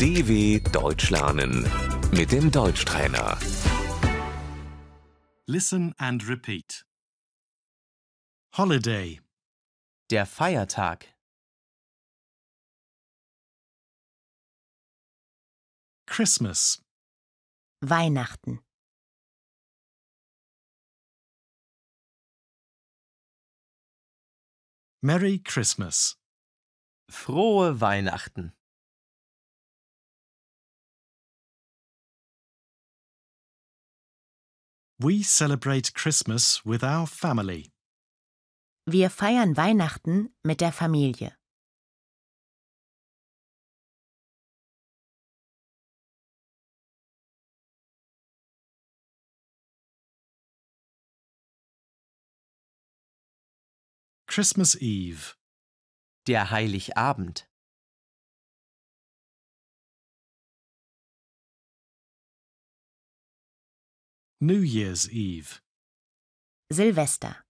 DW Deutsch lernen mit dem Deutschtrainer. Listen and repeat. Holiday. Der Feiertag. Christmas. Weihnachten, Merry Christmas. Frohe Weihnachten. We celebrate Christmas with our family. wir feiern Weihnachten mit der Familie. Christmas Eve. Der Heiligabend. New Year's Eve. Silvester,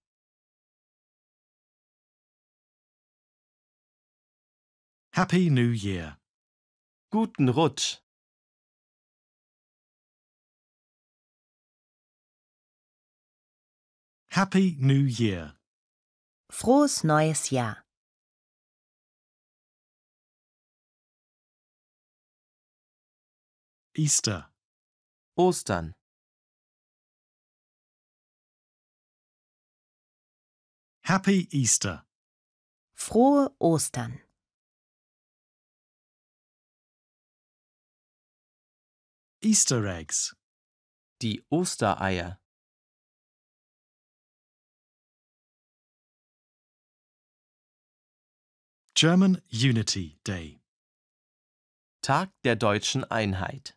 Happy New Year. Guten Rutsch. Happy New Year. frohes neues Jahr, Easter. Ostern. Happy Easter. frohe Ostern, Easter eggs. Die Ostereier. German Unity Day. Tag der deutschen Einheit.